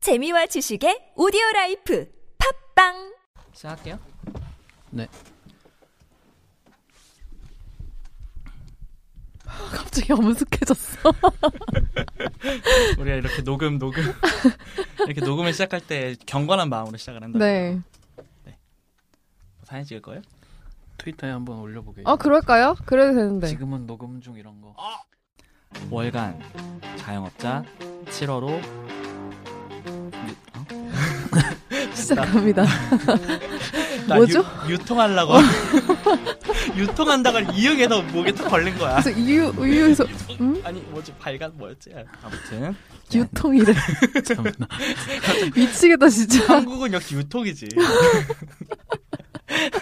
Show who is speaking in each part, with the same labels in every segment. Speaker 1: 재미와 지식의 오디오 라이프 팝빵
Speaker 2: 시작할게요.
Speaker 3: 네.
Speaker 4: 갑자기 어무숙해졌어.
Speaker 2: 우리가 이렇게 녹음 녹음 이렇게 녹음을 시작할 때 경건한 마음으로 시작을 한다.
Speaker 4: 네.
Speaker 2: 사진 찍을 거예요?
Speaker 3: 트위터에 한번 올려보게.
Speaker 4: 아 그럴까요? 그래도 네. 되는데.
Speaker 3: 지금은 녹음 중 이런 거.
Speaker 2: 아. 월간 자영업자 7월호
Speaker 4: 시작합니다. 뭐죠?
Speaker 2: 유, 유통하려고 유통한다고 이응에서 목에 딱 걸린 거야.
Speaker 4: 그래서 이유 이유에서 음?
Speaker 2: 아니 뭐지 발간 뭐였지? 아무튼
Speaker 4: 네. 유통이래.
Speaker 3: 참나.
Speaker 4: 미치겠다 진짜.
Speaker 2: 한국은 역시 유통이지.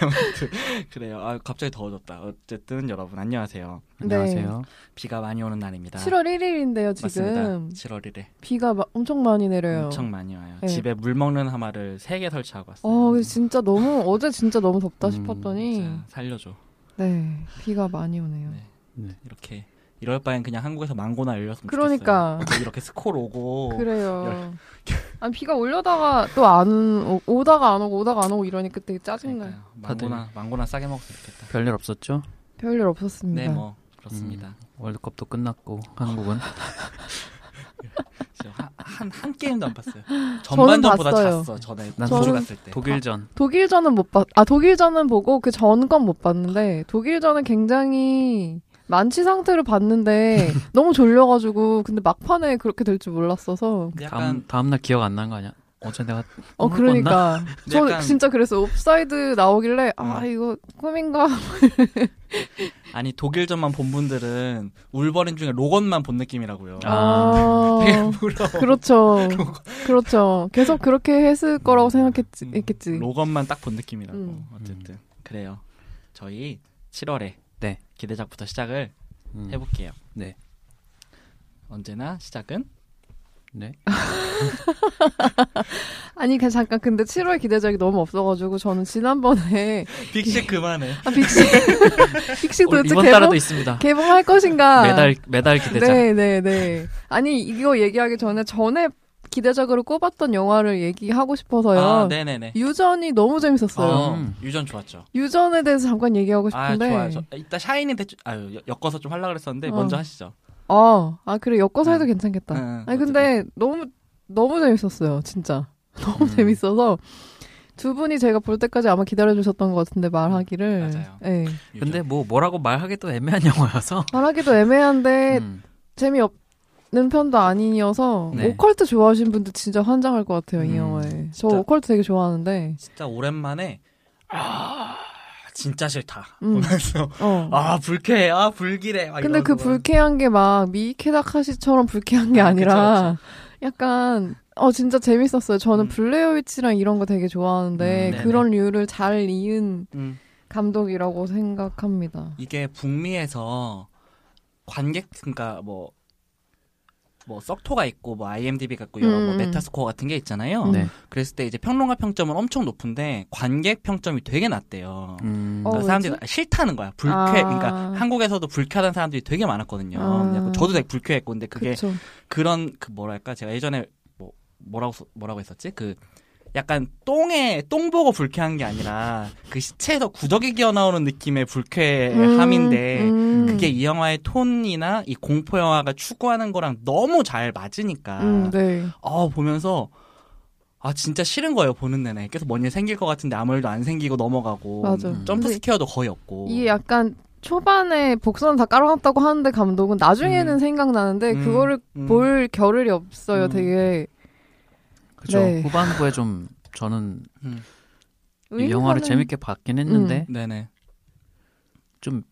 Speaker 2: 아무튼 그래요. 아 갑자기 더워졌다. 어쨌든 여러분 안녕하세요.
Speaker 4: 네.
Speaker 3: 안녕하세요.
Speaker 2: 비가 많이 오는 날입니다.
Speaker 4: 7월 1일인데요 지금.
Speaker 2: 맞습니다. 7월 1일.
Speaker 4: 비가 마- 엄청 많이 내려요.
Speaker 2: 엄청 많이 와요.
Speaker 4: 네.
Speaker 2: 집에 물 먹는 하마를 3개 설치하고 왔어요.
Speaker 4: 어 근데 진짜 너무 어제 진짜 너무 덥다
Speaker 3: 음,
Speaker 4: 싶었더니
Speaker 2: 진짜 살려줘.
Speaker 4: 네 비가 많이 오네요.
Speaker 2: 네.
Speaker 3: 네.
Speaker 2: 이렇게 이럴 바엔 그냥 한국에서 망고나 열렸으면
Speaker 4: 그러니까.
Speaker 2: 좋겠어요. 이렇게 스콜
Speaker 4: 어,
Speaker 2: 오고
Speaker 4: 그래요. 아니 비가 올려다가 또 안 오다가 안 오고 오다가 안 오고 이러니까 되게 짜증나요.
Speaker 2: 그러니까요. 망고나 망고나 싸게 먹었으면 좋겠다.
Speaker 3: 별일 없었죠?
Speaker 4: 별일 없었습니다.
Speaker 2: 네, 뭐 그렇습니다.
Speaker 3: 음. 월드컵도 끝났고 한국은
Speaker 2: 진짜 한- 한, 한 게임도 안 봤어요. 전반전보다
Speaker 4: 봤어요.
Speaker 2: 잤어. 전에
Speaker 3: 난
Speaker 2: 독일
Speaker 4: 저는-
Speaker 3: 네.
Speaker 2: 갔을 때.
Speaker 3: 독일전.
Speaker 2: 아,
Speaker 4: 독일전은 못 봤, 아, 독일전은 보고 그 전 건 못 봤는데, 독일전은 굉장히 만취 상태로 봤는데, 너무 졸려가지고, 근데 막판에 그렇게 될 줄 몰랐어서.
Speaker 2: 근데
Speaker 3: 다음
Speaker 2: 약간
Speaker 3: 다음 날 기억 안 난 거 아니야? 어제 내가
Speaker 4: 어,
Speaker 3: 꿈을
Speaker 4: 그러니까.
Speaker 2: 근데
Speaker 4: 저
Speaker 2: 약간-
Speaker 4: 진짜 그래서 옵사이드 나오길래, 아, 이거 꿈인가?
Speaker 2: 아니 독일전만 본 분들은 울버린 중에 로건만 본 느낌이라고요.
Speaker 3: 아.
Speaker 2: 되게
Speaker 4: 아.
Speaker 2: 부러워.
Speaker 4: 그렇죠. 그렇죠. 계속 그렇게 했을 거라고 생각했지.
Speaker 2: 음,
Speaker 4: 했겠지.
Speaker 2: 로건만 딱 본 느낌이라고.
Speaker 4: 음.
Speaker 2: 어쨌든 그래요. 저희 7월에
Speaker 3: 네.
Speaker 2: 기대작부터 시작을
Speaker 3: 음,
Speaker 2: 해볼게요.
Speaker 3: 네.
Speaker 2: 언제나 시작은
Speaker 3: 네.
Speaker 4: 아니, 그냥 잠깐, 근데 7월 기대작이 너무 없어가지고, 저는 지난번에,
Speaker 2: 빅식 그만해.
Speaker 4: 아, 빅식, 빅식
Speaker 3: 올-
Speaker 4: 도대체
Speaker 3: 어, 이번
Speaker 4: 개봉,
Speaker 3: 달에도 있습니다.
Speaker 4: 개봉할 것인가?
Speaker 3: 매달 매달 기대자.
Speaker 4: 아. 네, 네, 네. 아니 이거 얘기하기 전에 전에 기대작으로 꼽았던 영화를 얘기하고 싶어서요.
Speaker 2: 아, 네네네.
Speaker 4: 유전이 너무 재밌었어요.
Speaker 2: 어,
Speaker 3: 음.
Speaker 2: 유전 좋았죠.
Speaker 4: 유전에 대해서 잠깐 얘기하고
Speaker 2: 아
Speaker 4: 싶은데.
Speaker 2: 좋아요. 저- 이따 샤이니 대충 아유 여- 엮어서 좀 하려 그랬었는데
Speaker 4: 어.
Speaker 2: 먼저 하시죠.
Speaker 4: 어, 아 그래 엮어서 해도
Speaker 2: 응.
Speaker 4: 괜찮겠다.
Speaker 2: 응, 응,
Speaker 4: 아니 근데 너무 너무 재밌었어요, 진짜. 너무
Speaker 2: 음.
Speaker 4: 재밌어서 두 분이 제가 볼 때까지 아마 기다려 주셨던 것 같은데 말하기를.
Speaker 2: 맞아요.
Speaker 4: 예.
Speaker 2: 유전.
Speaker 3: 근데 뭐 뭐라고 말하기도 애매한 영화여서.
Speaker 4: 말하기도 애매한데
Speaker 3: 음,
Speaker 4: 재미없는 편도 아니어서
Speaker 3: 네.
Speaker 4: 오컬트 좋아하시는 분들 진짜 환장할 것 같아요 이
Speaker 3: 음,
Speaker 4: 영화에. 저
Speaker 2: 진짜.
Speaker 4: 오컬트 되게 좋아하는데.
Speaker 2: 진짜 오랜만에 아 진짜 싫다.
Speaker 4: 음.
Speaker 2: 보면서
Speaker 4: 어.
Speaker 2: 아 불쾌해. 아 불길해. 막
Speaker 4: 근데 그
Speaker 2: 이러면서 보면서.
Speaker 4: 불쾌한 게 막 미케다카시처럼 불쾌한 게
Speaker 2: 아,
Speaker 4: 아니라 약간 어 진짜 재밌었어요. 저는
Speaker 2: 음.
Speaker 4: 블레어 위치랑 이런 거 되게
Speaker 3: 음,
Speaker 4: 좋아하는데
Speaker 2: 네네.
Speaker 4: 그런 류를 잘 이은
Speaker 2: 음.
Speaker 4: 감독이라고 생각합니다.
Speaker 2: 이게 북미에서 관객 그러니까 뭐 뭐 썩토가 있고 뭐 IMDb가 있고 여러 뭐
Speaker 4: 음, 음.
Speaker 2: 메타스코어 같은 게 있잖아요.
Speaker 3: 네.
Speaker 2: 그랬을 때 이제 평론가 평점은 엄청 높은데 관객 평점이 되게 낮대요.
Speaker 3: 음,
Speaker 4: 어.
Speaker 2: 그러니까 사람들이 싫다는 거야. 불쾌.
Speaker 4: 아.
Speaker 2: 그러니까 한국에서도 불쾌하다는 사람들이 되게 많았거든요.
Speaker 4: 아.
Speaker 2: 그래갖고 저도 되게 불쾌했고 근데 그게
Speaker 4: 그쵸.
Speaker 2: 그런그 뭐랄까 제가 예전에 뭐 뭐라고 써- 뭐라고 했었지? 그 약간 똥에 똥 보고 불쾌한 게 아니라 그 시체에서 구더기 기어 나오는 느낌의 예, 불쾌함인데
Speaker 4: 음, 음.
Speaker 2: 그게 이 영화의 톤이나 이 공포 영화가 추구하는 거랑 너무 잘 맞으니까
Speaker 4: 음, 네.
Speaker 2: 아 보면서 아 진짜 싫은 거예요 보는 내내 계속 뭔일 생길 것 같은데 아무 일도 안 생기고 넘어가고
Speaker 4: 맞아.
Speaker 3: 음.
Speaker 2: 점프
Speaker 4: 근데
Speaker 2: 스퀘어도 거의
Speaker 3: 뭐.
Speaker 2: 없고
Speaker 4: 이게 약간 초반에 복선 다 깔아놨다고 하는데 감독은 나중에는
Speaker 2: 음.
Speaker 4: 생각나는데
Speaker 2: 음,
Speaker 4: 그거를
Speaker 2: 음.
Speaker 4: 볼 겨를이 없어요.
Speaker 2: 음.
Speaker 4: 되게
Speaker 3: 그죠.
Speaker 4: 네.
Speaker 3: 후반부에 좀 저는
Speaker 2: 음.
Speaker 3: 이 영화를
Speaker 4: 의미하는-
Speaker 3: 재밌게 봤긴 했는데
Speaker 4: 음.
Speaker 2: 네네
Speaker 3: 좀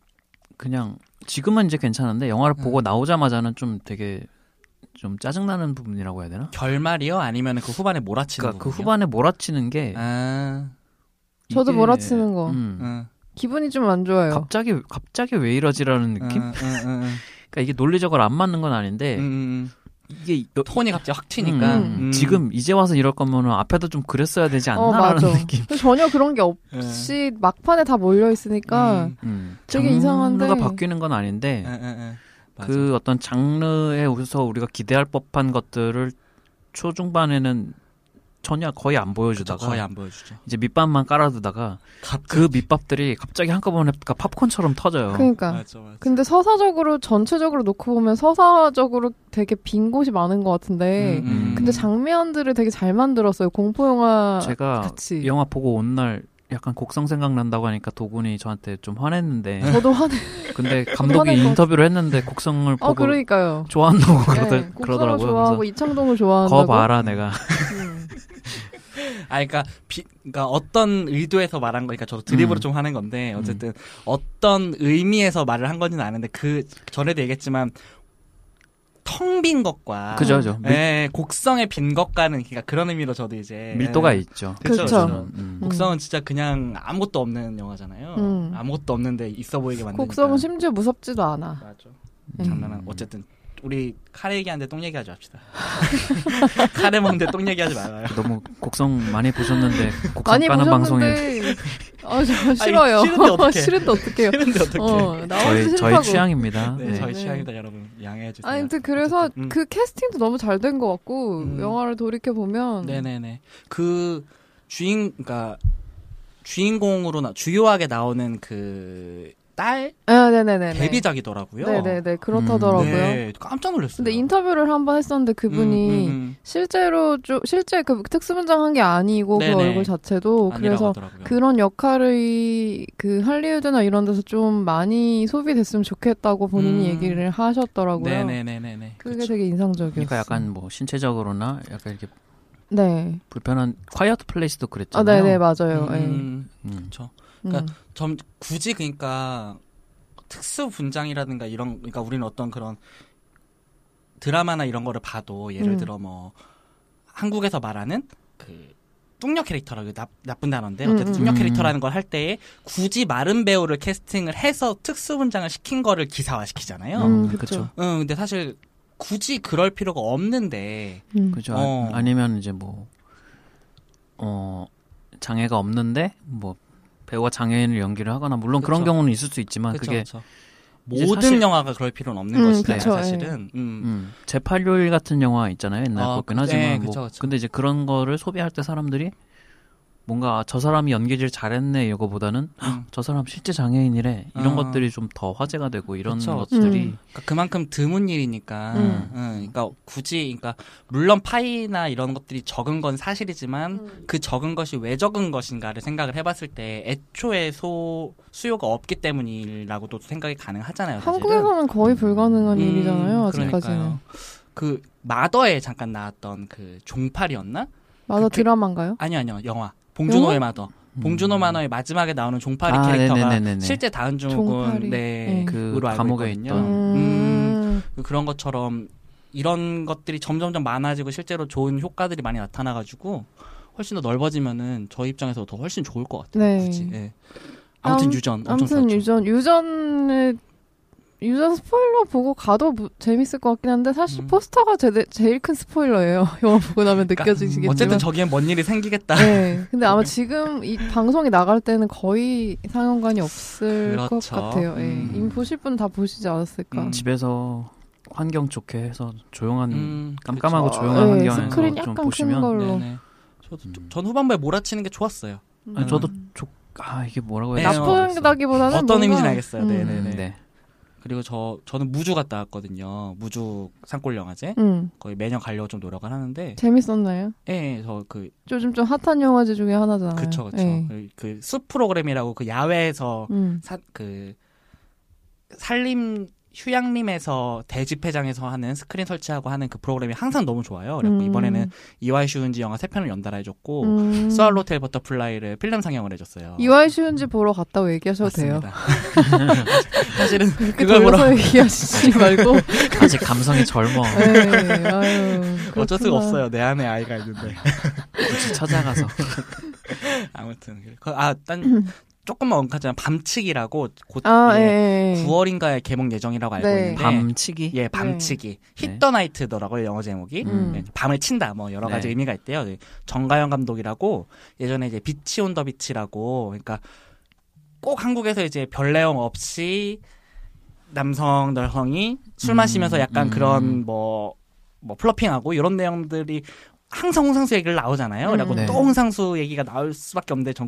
Speaker 3: 그냥 지금은 이제 괜찮은데 영화를
Speaker 2: 음.
Speaker 3: 보고 나오자마자는 좀 되게 좀 짜증나는 부분이라고 해야 되나?
Speaker 2: 결말이요 아니면 그 후반에 몰아치는
Speaker 3: 그러니까 그
Speaker 2: 부분이요?
Speaker 3: 후반에 몰아치는 게
Speaker 2: 아
Speaker 4: 저도
Speaker 3: 이게-
Speaker 4: 몰아치는 거. 네.
Speaker 3: 음,
Speaker 2: 응.
Speaker 4: 기분이 좀 안 좋아요.
Speaker 3: 갑자기 갑자기 왜
Speaker 2: 음.
Speaker 3: 이러지라는 느낌?
Speaker 2: 응, 응, 응, 응.
Speaker 3: 그러니까 이게 논리적으로 안 맞는 건 아닌데
Speaker 2: 음, 음.
Speaker 3: 이게 여-
Speaker 2: 톤이 갑자기 확 튀니까
Speaker 3: 음, 음. 지금 이제 와서 이럴 거면은 앞에도 좀 그랬어야 되지
Speaker 4: 어,
Speaker 3: 않나라는
Speaker 4: 맞아.
Speaker 3: 느낌. 네.
Speaker 4: 근데 전혀 그런 게 없이 막판에 다 몰려 있으니까
Speaker 2: 예. 음.
Speaker 3: 음,
Speaker 4: 되게 이상한데.
Speaker 3: 장르가 바뀌는 건 아닌데
Speaker 2: 응, 응, 응. 예. 맞아.
Speaker 3: 그 어떤 장르에 우서 우리가 기대할 법한 것들을 초중반에는 전혀 거의 안
Speaker 2: 그쵸,
Speaker 3: 보여주다가
Speaker 2: 거의 안 보여주죠.
Speaker 3: 이제 밑밥만 깔아두다가 그 밑밥들이 갑자기 한꺼번에 그러니까 팝콘처럼 터져요.
Speaker 4: 그러니까.
Speaker 2: 맞죠, 맞죠.
Speaker 4: 근데 서사적으로 전체적으로 놓고 보면 서사적으로 되게 빈 곳이 많은 것 같은데
Speaker 2: 음, 음.
Speaker 4: 근데 장면들을 되게 잘 만들었어요. 공포 영화
Speaker 3: 제가
Speaker 4: 같이.
Speaker 3: 영화 보고 온 날 약간 곡성 생각난다고 하니까 도군이 저한테 좀 화냈는데
Speaker 4: 저도 화내.
Speaker 3: 근데
Speaker 4: 네. 화낼
Speaker 3: 감독이
Speaker 4: 것 같-
Speaker 3: 인터뷰를 했는데 곡성을 보고
Speaker 4: 어 그러니까요.
Speaker 3: 좋아한다고
Speaker 4: 네,
Speaker 3: 그러더,
Speaker 4: 곡성을
Speaker 3: 그러더라고요.
Speaker 4: 좋아하고
Speaker 3: 그래서
Speaker 4: 이창동을 좋아한다고.
Speaker 3: 거 봐라 내가
Speaker 4: 음.
Speaker 2: 아, 그러니까, 비, 그러니까 어떤 의도에서 말한 거니까 저도 드립으로
Speaker 3: 음.
Speaker 2: 좀 하는 건데 어쨌든 어떤 의미에서 말을 한 건지는 아는데 그 전에도 얘기했지만 텅 빈
Speaker 4: 아.
Speaker 2: 것과
Speaker 3: 그죠, 그죠. 밀-
Speaker 2: 예, 곡성의 빈 것과는 그러니까 그런 의미로 저도 이제
Speaker 3: 밀도가
Speaker 2: 예.
Speaker 3: 있죠.
Speaker 2: 그쵸,
Speaker 4: 네. 그쵸.
Speaker 2: 그쵸.
Speaker 3: 음.
Speaker 2: 곡성은 진짜 그냥 아무것도 없는 영화잖아요.
Speaker 4: 음.
Speaker 2: 아무것도 없는데 있어 보이게 만드니까.
Speaker 4: 곡성은 심지어 무섭지도 않아.
Speaker 2: 맞아.
Speaker 4: 음.
Speaker 2: 장난한. 어쨌든 우리 카레 얘기하는데 똥 얘기하지 맙시다. 카레 먹는데 똥 얘기하지 말아요.
Speaker 3: 너무 곡성 많이 보셨는데 곡성
Speaker 4: 많이
Speaker 3: 까는 방송에
Speaker 4: 보셨는데 아, 저 싫어요.
Speaker 2: 싫은데 어떡해.
Speaker 4: 싫은데 어떡해요.
Speaker 2: 싫은데 어떡해.
Speaker 4: 어, 나와서
Speaker 3: 저희,
Speaker 4: 싫다고.
Speaker 3: 저희 취향입니다.
Speaker 2: 네,
Speaker 3: 네.
Speaker 2: 저희
Speaker 4: 네.
Speaker 2: 취향이다 여러분 양해해 주세요.
Speaker 4: 아니, 근데 그래서
Speaker 2: 어쨌든, 음.
Speaker 4: 그 캐스팅도 너무 잘 된 것 같고,
Speaker 2: 음.
Speaker 4: 영화를 돌이켜보면.
Speaker 2: 네네네. 그 주인 그러니까 주인공으로 나 주요하게 나오는 그딸
Speaker 4: 아, 네네네.
Speaker 2: 데뷔작이더라고요.
Speaker 4: 네네네. 그렇다더라고요.
Speaker 2: 네, 깜짝 놀랐어요.
Speaker 4: 근데 인터뷰를 한 번 했었는데
Speaker 2: 음,
Speaker 4: 그분이
Speaker 2: 음, 음.
Speaker 4: 실제로 좀 실제 그 특수문장 한 게 아니고 그
Speaker 2: 네네.
Speaker 4: 얼굴 자체도
Speaker 2: 아니라고
Speaker 4: 그래서
Speaker 2: 하더라고요.
Speaker 4: 그런 역할이 그 할리우드나 이런 데서 좀 많이 소비됐으면 좋겠다고
Speaker 2: 음.
Speaker 4: 본인이 얘기를 하셨더라고요.
Speaker 2: 네네네네네.
Speaker 4: 그게
Speaker 2: 그쵸.
Speaker 4: 되게 인상적이었어요.
Speaker 3: 그러니까 약간 뭐 신체적으로나 약간 이렇게
Speaker 4: 네.
Speaker 3: 불편한 콰이어트 플레이스도
Speaker 4: 아,
Speaker 3: 그랬잖아요.
Speaker 4: 네네, 맞아요. 예.
Speaker 2: 음,
Speaker 3: 음.
Speaker 2: 그러니까 점 굳이 그러니까 특수 분장이라든가 이런 그러니까 우리는 어떤 그런 드라마나 이런 거를 봐도 예를
Speaker 4: 음.
Speaker 2: 들어 뭐 한국에서 말하는 그 뚱녀 캐릭터라고 그 나, 나쁜 단어인데
Speaker 4: 음,
Speaker 2: 어쨌든
Speaker 4: 음.
Speaker 2: 뚱녀
Speaker 3: 음.
Speaker 2: 캐릭터라는 걸 할 때에 굳이 마른 배우를 캐스팅을 해서 특수 분장을 시킨 거를 기사화 시키잖아요. 음.
Speaker 4: 음,
Speaker 3: 음,
Speaker 4: 그쵸.
Speaker 3: 그쵸.
Speaker 2: 근데 사실 굳이 그럴 필요가 없는데
Speaker 4: 음.
Speaker 3: 그죠.
Speaker 2: 어.
Speaker 3: 아, 니면 이제 뭐, 어, 장애가 없는데, 뭐, 배우가 장애인을 연기를 하거나, 물론 그런
Speaker 2: 그쵸.
Speaker 3: 경우는 있을 수 있지만,
Speaker 2: 그렇죠. 그쵸,
Speaker 3: 아, 그게,
Speaker 2: 그쵸.
Speaker 3: 이제
Speaker 2: 그렇죠. 모든
Speaker 3: 사실-
Speaker 2: 영화가 그럴 필요는 없는
Speaker 4: 음,
Speaker 2: 것이다
Speaker 4: 그쵸,
Speaker 2: 사실은. 음.
Speaker 3: 음, 제8요일 같은 영화 있잖아요. 옛날
Speaker 2: 아,
Speaker 3: 거긴
Speaker 2: 그-
Speaker 3: 하지만,
Speaker 2: 예,
Speaker 3: 뭐,
Speaker 2: 그쵸, 그쵸.
Speaker 3: 근데 이제 그런 거를 소비할 때 사람들이, 뭔가, 아, 저 사람이 연기질 잘했네, 이거보다는, 아,
Speaker 2: 음.
Speaker 3: 저 사람 실제 장애인이래, 이런
Speaker 2: 아. 것들이
Speaker 3: 것들이 좀 더 화제가 되고, 이런
Speaker 2: 그쵸, 그쵸.
Speaker 3: 것들이,
Speaker 4: 것들이
Speaker 2: 그러니까 그만큼 드문 일이니까.
Speaker 4: 음.
Speaker 2: 응, 그러니까 굳이 그러니까 물론 파이나 이런 것들이 적은 건 사실이지만
Speaker 4: 음.
Speaker 2: 그 적은 것이 왜 적은 것인가를 생각을 해봤을 때 애초에 소 수요가 없기 때문이라고도 생각이 가능하잖아요. 사실은.
Speaker 4: 한국에서는 거의 불가능한
Speaker 2: 음,
Speaker 4: 일이잖아요,
Speaker 2: 그러니까요.
Speaker 4: 아직까지는.
Speaker 2: 그 마더에 잠깐 나왔던 그 종팔이었나?
Speaker 4: 맞아,
Speaker 2: 그렇게-
Speaker 4: 드라마인가요?
Speaker 2: 아니요 아니요 영화. 봉준호의
Speaker 4: 영화? 음.
Speaker 2: 마더.
Speaker 3: 음,
Speaker 2: 봉준호 마더의 마지막에 나오는 종팔이
Speaker 3: 아,
Speaker 2: 캐릭터가
Speaker 3: 네네네네네.
Speaker 2: 실제 다은중은
Speaker 4: 종팔이. 네. 음.
Speaker 2: 네,
Speaker 3: 그
Speaker 2: 으로 알고
Speaker 3: 감옥에
Speaker 2: 있거든요.
Speaker 3: 있던.
Speaker 2: 음. 그런 것처럼 이런 것들이 점점점 많아지고 실제로 좋은 효과들이 많이 나타나가지고 훨씬 더 넓어지면은 저희 입장에서 더 훨씬 좋을 것 같아요.
Speaker 4: 네.
Speaker 2: 굳이. 예. 아무튼
Speaker 4: 암-
Speaker 2: 유전 엄청 좋았죠.
Speaker 4: 아무튼 유전, 유전을, 유전 스포일러 보고 가도 무- 재밌을 것 같긴 한데, 사실
Speaker 2: 음.
Speaker 4: 포스터가 제, 제일 큰 스포일러예요. 영화 보고 나면
Speaker 2: 그러니까
Speaker 4: 느껴지시겠지만.
Speaker 2: 어쨌든 저기엔 뭔 일이 생기겠다.
Speaker 4: 네. 근데 아마 지금 이 방송이 나갈 때는 거의 상영관이 없을 것
Speaker 2: 그렇죠.
Speaker 4: 같아요. 예.
Speaker 2: 음.
Speaker 4: 이미 보실 분 다 보시지 않았을까.
Speaker 2: 음.
Speaker 3: 집에서 환경 좋게 해서 조용한
Speaker 2: 음,
Speaker 3: 깜깜하고
Speaker 4: 그쵸.
Speaker 3: 조용한
Speaker 4: 네,
Speaker 3: 환경에서
Speaker 4: 스크린
Speaker 3: 좀
Speaker 4: 약간 큰
Speaker 3: 보시면
Speaker 4: 걸로.
Speaker 2: 네, 네. 저도 저- 전 후반부에 몰아치는 게 좋았어요.
Speaker 3: 아니, 저도
Speaker 4: 음.
Speaker 3: 조, 아 이게 뭐라고 해야
Speaker 2: 네,
Speaker 3: 되지?
Speaker 4: 나쁘다기보다는
Speaker 2: 어떤
Speaker 4: 뭔가-
Speaker 2: 의미인지 알겠어요. 네, 네,
Speaker 3: 음,
Speaker 2: 네.
Speaker 3: 네.
Speaker 2: 그리고 저 저는 무주 갔다 왔거든요. 무주 산골 영화제
Speaker 4: 음.
Speaker 2: 거의 매년 가려고 좀 노력을
Speaker 4: 네.
Speaker 2: 하는데,
Speaker 4: 재밌었나요?
Speaker 2: 예, 예, 저그
Speaker 4: 요즘 좀 핫한 영화제 중에 하나잖아요.
Speaker 2: 그쵸 그쵸
Speaker 4: 예.
Speaker 2: 그- 그 숲 프로그램이라고 그 야외에서
Speaker 4: 음.
Speaker 2: 사, 그 산림 휴양림에서 대집회장에서 하는 스크린 설치하고 하는 그 프로그램이 항상 너무 좋아요. 그래서
Speaker 4: 음.
Speaker 2: 이번에는 이와이 슈운지 영화 세 편을 연달아 해줬고
Speaker 4: 음.
Speaker 2: 스왈로텔 버터플라이를 필름 상영을 해줬어요.
Speaker 4: 이와이 쉬운지 보러 갔다고 얘기하셔도 돼요.
Speaker 2: 맞습니다. 사실은
Speaker 4: 그렇게
Speaker 2: 그걸 보러
Speaker 4: 돌려서 얘기하시지 말고.
Speaker 3: 아직 감성이 젊어.
Speaker 4: 네, 아유,
Speaker 2: 어쩔 수가
Speaker 4: 그렇구나.
Speaker 2: 없어요. 내 안에 아이가 있는데
Speaker 3: 굳이 찾아가서.
Speaker 2: 아무튼 아딴 조금만 언급하자면 밤치기라고 곧
Speaker 4: 아,
Speaker 2: 예,
Speaker 4: 예. 예.
Speaker 2: 9월인가에 개봉 예정이라고 알고
Speaker 4: 네.
Speaker 2: 있는데
Speaker 3: 밤치기.
Speaker 2: 예, 밤치기. 히터 나이트더라고요, 영어 제목이.
Speaker 4: 음.
Speaker 2: 네, 밤을 친다, 뭐, 여러 가지
Speaker 3: 네.
Speaker 2: 의미가 있대요. 네, 정가영 감독이라고, 예전에 이제 비치 온 더 비치라고, 그러니까 꼭 한국에서 이제 별 내용 없이 남성, 널성이 술 마시면서
Speaker 3: 음,
Speaker 2: 약간
Speaker 3: 음.
Speaker 2: 그런 뭐, 뭐 플러핑하고 이런 내용들이 항상 홍상수 얘기를 나오잖아요.
Speaker 4: 음.
Speaker 2: 라고
Speaker 3: 네.
Speaker 2: 또 홍상수 얘기가 나올 수밖에 없는데 전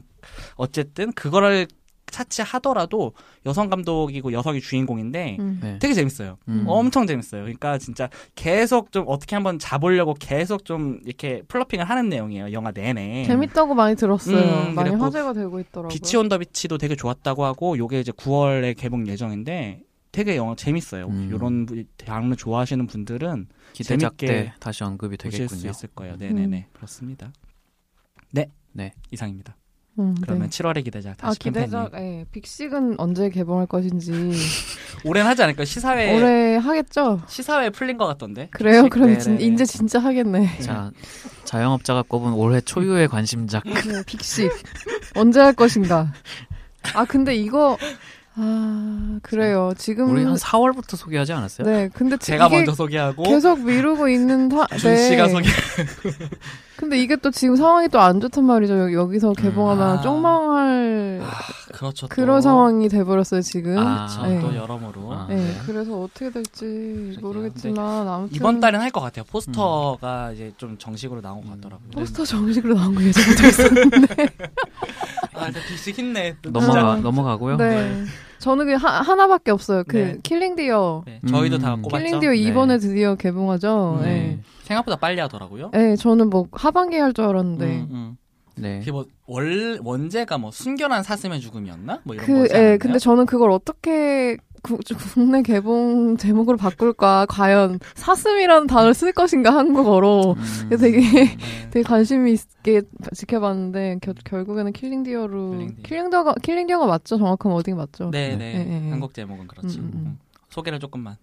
Speaker 2: 어쨌든 그거를 차치하더라도 여성 감독이고 여성이 주인공인데
Speaker 4: 음.
Speaker 3: 네.
Speaker 2: 되게 재밌어요.
Speaker 3: 음.
Speaker 2: 엄청 재밌어요. 그러니까 진짜 계속 좀 어떻게 한번 잡으려고 계속 좀 이렇게 플러핑을 하는 내용이에요. 영화 내내.
Speaker 4: 재밌다고 많이 들었어요.
Speaker 2: 예. 음,
Speaker 4: 많이
Speaker 2: 그래갖고
Speaker 4: 화제가 되고 있더라고요.
Speaker 2: 비치 온더 비치도 되게 좋았다고 하고 요게 이제 9월에 개봉 예정인데 되게 영화 재밌어요.
Speaker 3: 음.
Speaker 2: 요런 부- 장르 좋아하시는 분들은
Speaker 3: 기대작
Speaker 2: 재밌게
Speaker 3: 때 다시 언급이
Speaker 2: 보실 수
Speaker 3: 되겠군요. 음.
Speaker 2: 있을 거예요. 네, 네, 네. 그렇습니다. 네.
Speaker 3: 네.
Speaker 2: 이상입니다.
Speaker 4: 음,
Speaker 2: 그러면
Speaker 4: 네.
Speaker 2: 7월에 기대작
Speaker 4: 아
Speaker 2: 다시
Speaker 4: 기대작.
Speaker 2: 팬팬님.
Speaker 4: 예. 빅식은 언제 개봉할 것인지
Speaker 2: 올해는 하지 않을까? 시사회
Speaker 4: 올해 하겠죠.
Speaker 2: 시사회 풀린 것 같던데.
Speaker 4: 그래요?
Speaker 2: 네. 빅식?
Speaker 4: 그럼
Speaker 2: 네,
Speaker 4: 진,
Speaker 2: 네, 네.
Speaker 4: 이제 진짜 하겠네.
Speaker 3: 자, 자영업자가 꼽은 올해 초유의 관심작.
Speaker 4: 네, 빅식 언제 할 것인가. 아 근데 이거 아 그래요. 지금
Speaker 3: 우리 한 4월부터 소개하지 않았어요?
Speaker 4: 네 근데 지-
Speaker 2: 제가
Speaker 4: 이게
Speaker 2: 먼저 소개하고
Speaker 4: 계속 미루고 있는 타.
Speaker 2: 준 씨가
Speaker 4: 네.
Speaker 2: 소개.
Speaker 4: 근데 이게 또 지금 상황이 또 안 좋단 말이죠. 여기- 여기서 개봉하면
Speaker 2: 아.
Speaker 4: 쪽망할
Speaker 2: 그렇죠.
Speaker 4: 그런 상황이 돼버렸어요 지금.
Speaker 3: 아,
Speaker 2: 그렇죠.
Speaker 4: 네.
Speaker 2: 또 여러모로.
Speaker 3: 아.
Speaker 4: 네,
Speaker 2: 네.
Speaker 4: 그래서 어떻게 될지
Speaker 2: 그러게요. 네,
Speaker 4: 모르겠지만 아무튼
Speaker 2: 이번 달엔 할 것 같아요. 포스터가 이제 좀 정식으로 나온 것 같더라고요.
Speaker 4: 포스터 정식으로 나온 거 예정돼 있었는데.
Speaker 2: 아, 근데 빅스 힘내. 또
Speaker 3: 넘어가
Speaker 2: 진짜.
Speaker 3: 넘어가고요.
Speaker 4: 네, 저는 그냥 하, 하나밖에 없어요. 그
Speaker 2: 네.
Speaker 4: 킬링 디어.
Speaker 2: 네, 저희도 다
Speaker 3: 음.
Speaker 2: 꼽았죠.
Speaker 4: 킬링 디어
Speaker 3: 네.
Speaker 4: 이번에 드디어 개봉하죠.
Speaker 2: 음.
Speaker 4: 네.
Speaker 2: 생각보다 빨리 하더라고요.
Speaker 4: 네. 저는 뭐 하반기 할 줄 알았는데.
Speaker 2: 음, 음.
Speaker 3: 네.
Speaker 2: 그게 뭐 원, 원제가 뭐 숨겨난 사슴의 죽음이었나? 뭐 이런
Speaker 4: 그,
Speaker 2: 거지 않았나요?
Speaker 4: 예, 근데 저는 그걸 어떻게 구- 국내 개봉 제목으로 바꿀까, 과연 사슴이라는 단어를 쓸 것인가 한국어로
Speaker 3: 음.
Speaker 4: 되게
Speaker 2: 네.
Speaker 4: 되게 관심 있게 지켜봤는데 겨- 결국에는 킬링 디어로
Speaker 2: 킬링 디어.
Speaker 4: 킬링 디어가 킬링 디어가 맞죠? 정확하면 어딘 맞죠?
Speaker 2: 네,
Speaker 3: 네.
Speaker 2: 네.
Speaker 4: 네, 네.
Speaker 2: 한국 제목은 그렇죠.
Speaker 4: 음, 음, 음.
Speaker 2: 음. 소개를 조금만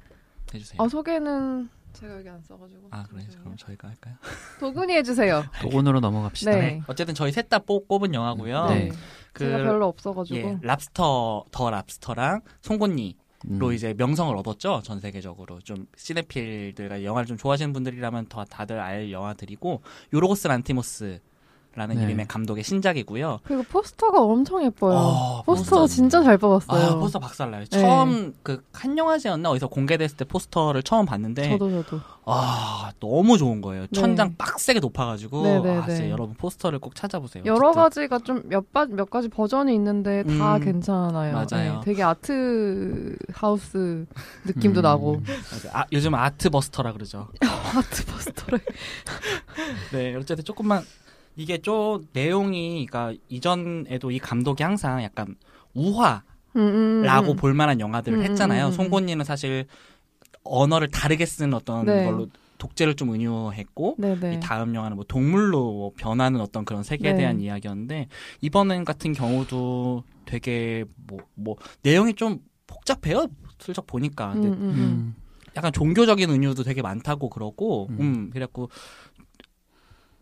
Speaker 2: 해주세요.
Speaker 4: 아 소개는 제가 여기 안 써가지고.
Speaker 2: 아, 그래요?
Speaker 4: 잠시만요.
Speaker 2: 그럼 저희가 할까요?
Speaker 4: 도군이 해주세요.
Speaker 3: 도군으로 음, 넘어갑시다.
Speaker 4: 네.
Speaker 2: 어쨌든 저희 셋 다 꼽은 영화고요.
Speaker 4: 네.
Speaker 3: 네.
Speaker 2: 그
Speaker 4: 제가 별로 없어가지고.
Speaker 2: 예, 랍스터 더 랍스터랑 송곳니
Speaker 3: 음.
Speaker 2: 로 이제 명성을 얻었죠 전 세계적으로 좀 시네필들과 영화를 좀 좋아하시는 분들이라면 더 다들 알 영화들이고 요로고스 란티모스라는
Speaker 3: 네.
Speaker 2: 이름의 감독의 신작이고요.
Speaker 4: 그리고 포스터가 엄청 예뻐요.
Speaker 2: 어,
Speaker 4: 포스터가
Speaker 2: 포스터.
Speaker 4: 진짜 잘 뽑았어요.
Speaker 2: 아 포스터 박살나요.
Speaker 4: 네.
Speaker 2: 처음 그 한 영화제였나 어디서 공개됐을 때 포스터를 처음 봤는데
Speaker 4: 저도 저도.
Speaker 2: 아 너무 좋은 거예요.
Speaker 4: 네.
Speaker 2: 천장 빡세게 높아가지고
Speaker 4: 네, 네,
Speaker 2: 아 진짜
Speaker 4: 네.
Speaker 2: 여러분 포스터를 꼭 찾아보세요.
Speaker 4: 여러
Speaker 2: 진짜.
Speaker 4: 가지가 좀 몇 가지 버전이 있는데 다
Speaker 2: 음,
Speaker 4: 괜찮아요.
Speaker 2: 맞아요.
Speaker 4: 네, 되게 아트 하우스 느낌도
Speaker 3: 음.
Speaker 4: 나고
Speaker 2: 아, 요즘 아트버스터라 그러죠.
Speaker 4: 아트 버스터래.
Speaker 2: 네, 어쨌든 조금만 이게 좀 내용이 그러니까 이전에도 이 감독이 항상 약간 우화라고
Speaker 4: 음, 음, 음.
Speaker 2: 볼 만한 영화들을
Speaker 4: 음, 음,
Speaker 2: 했잖아요.
Speaker 4: 음,
Speaker 2: 송곳니는 사실 언어를 다르게 쓴 어떤
Speaker 4: 네.
Speaker 2: 걸로 독재를 좀 은유했고
Speaker 4: 네네.
Speaker 2: 이 다음 영화는 뭐 동물로 변하는 어떤 그런 세계에
Speaker 4: 네.
Speaker 2: 대한 이야기였는데 이번엔 같은 경우도 되게 뭐 뭐 내용이 좀 복잡해요. 슬쩍 보니까
Speaker 4: 음,
Speaker 2: 근데
Speaker 4: 음, 음.
Speaker 3: 음.
Speaker 2: 약간 종교적인 은유도 되게 많다고 그러고, 음,
Speaker 3: 음.
Speaker 2: 그래갖고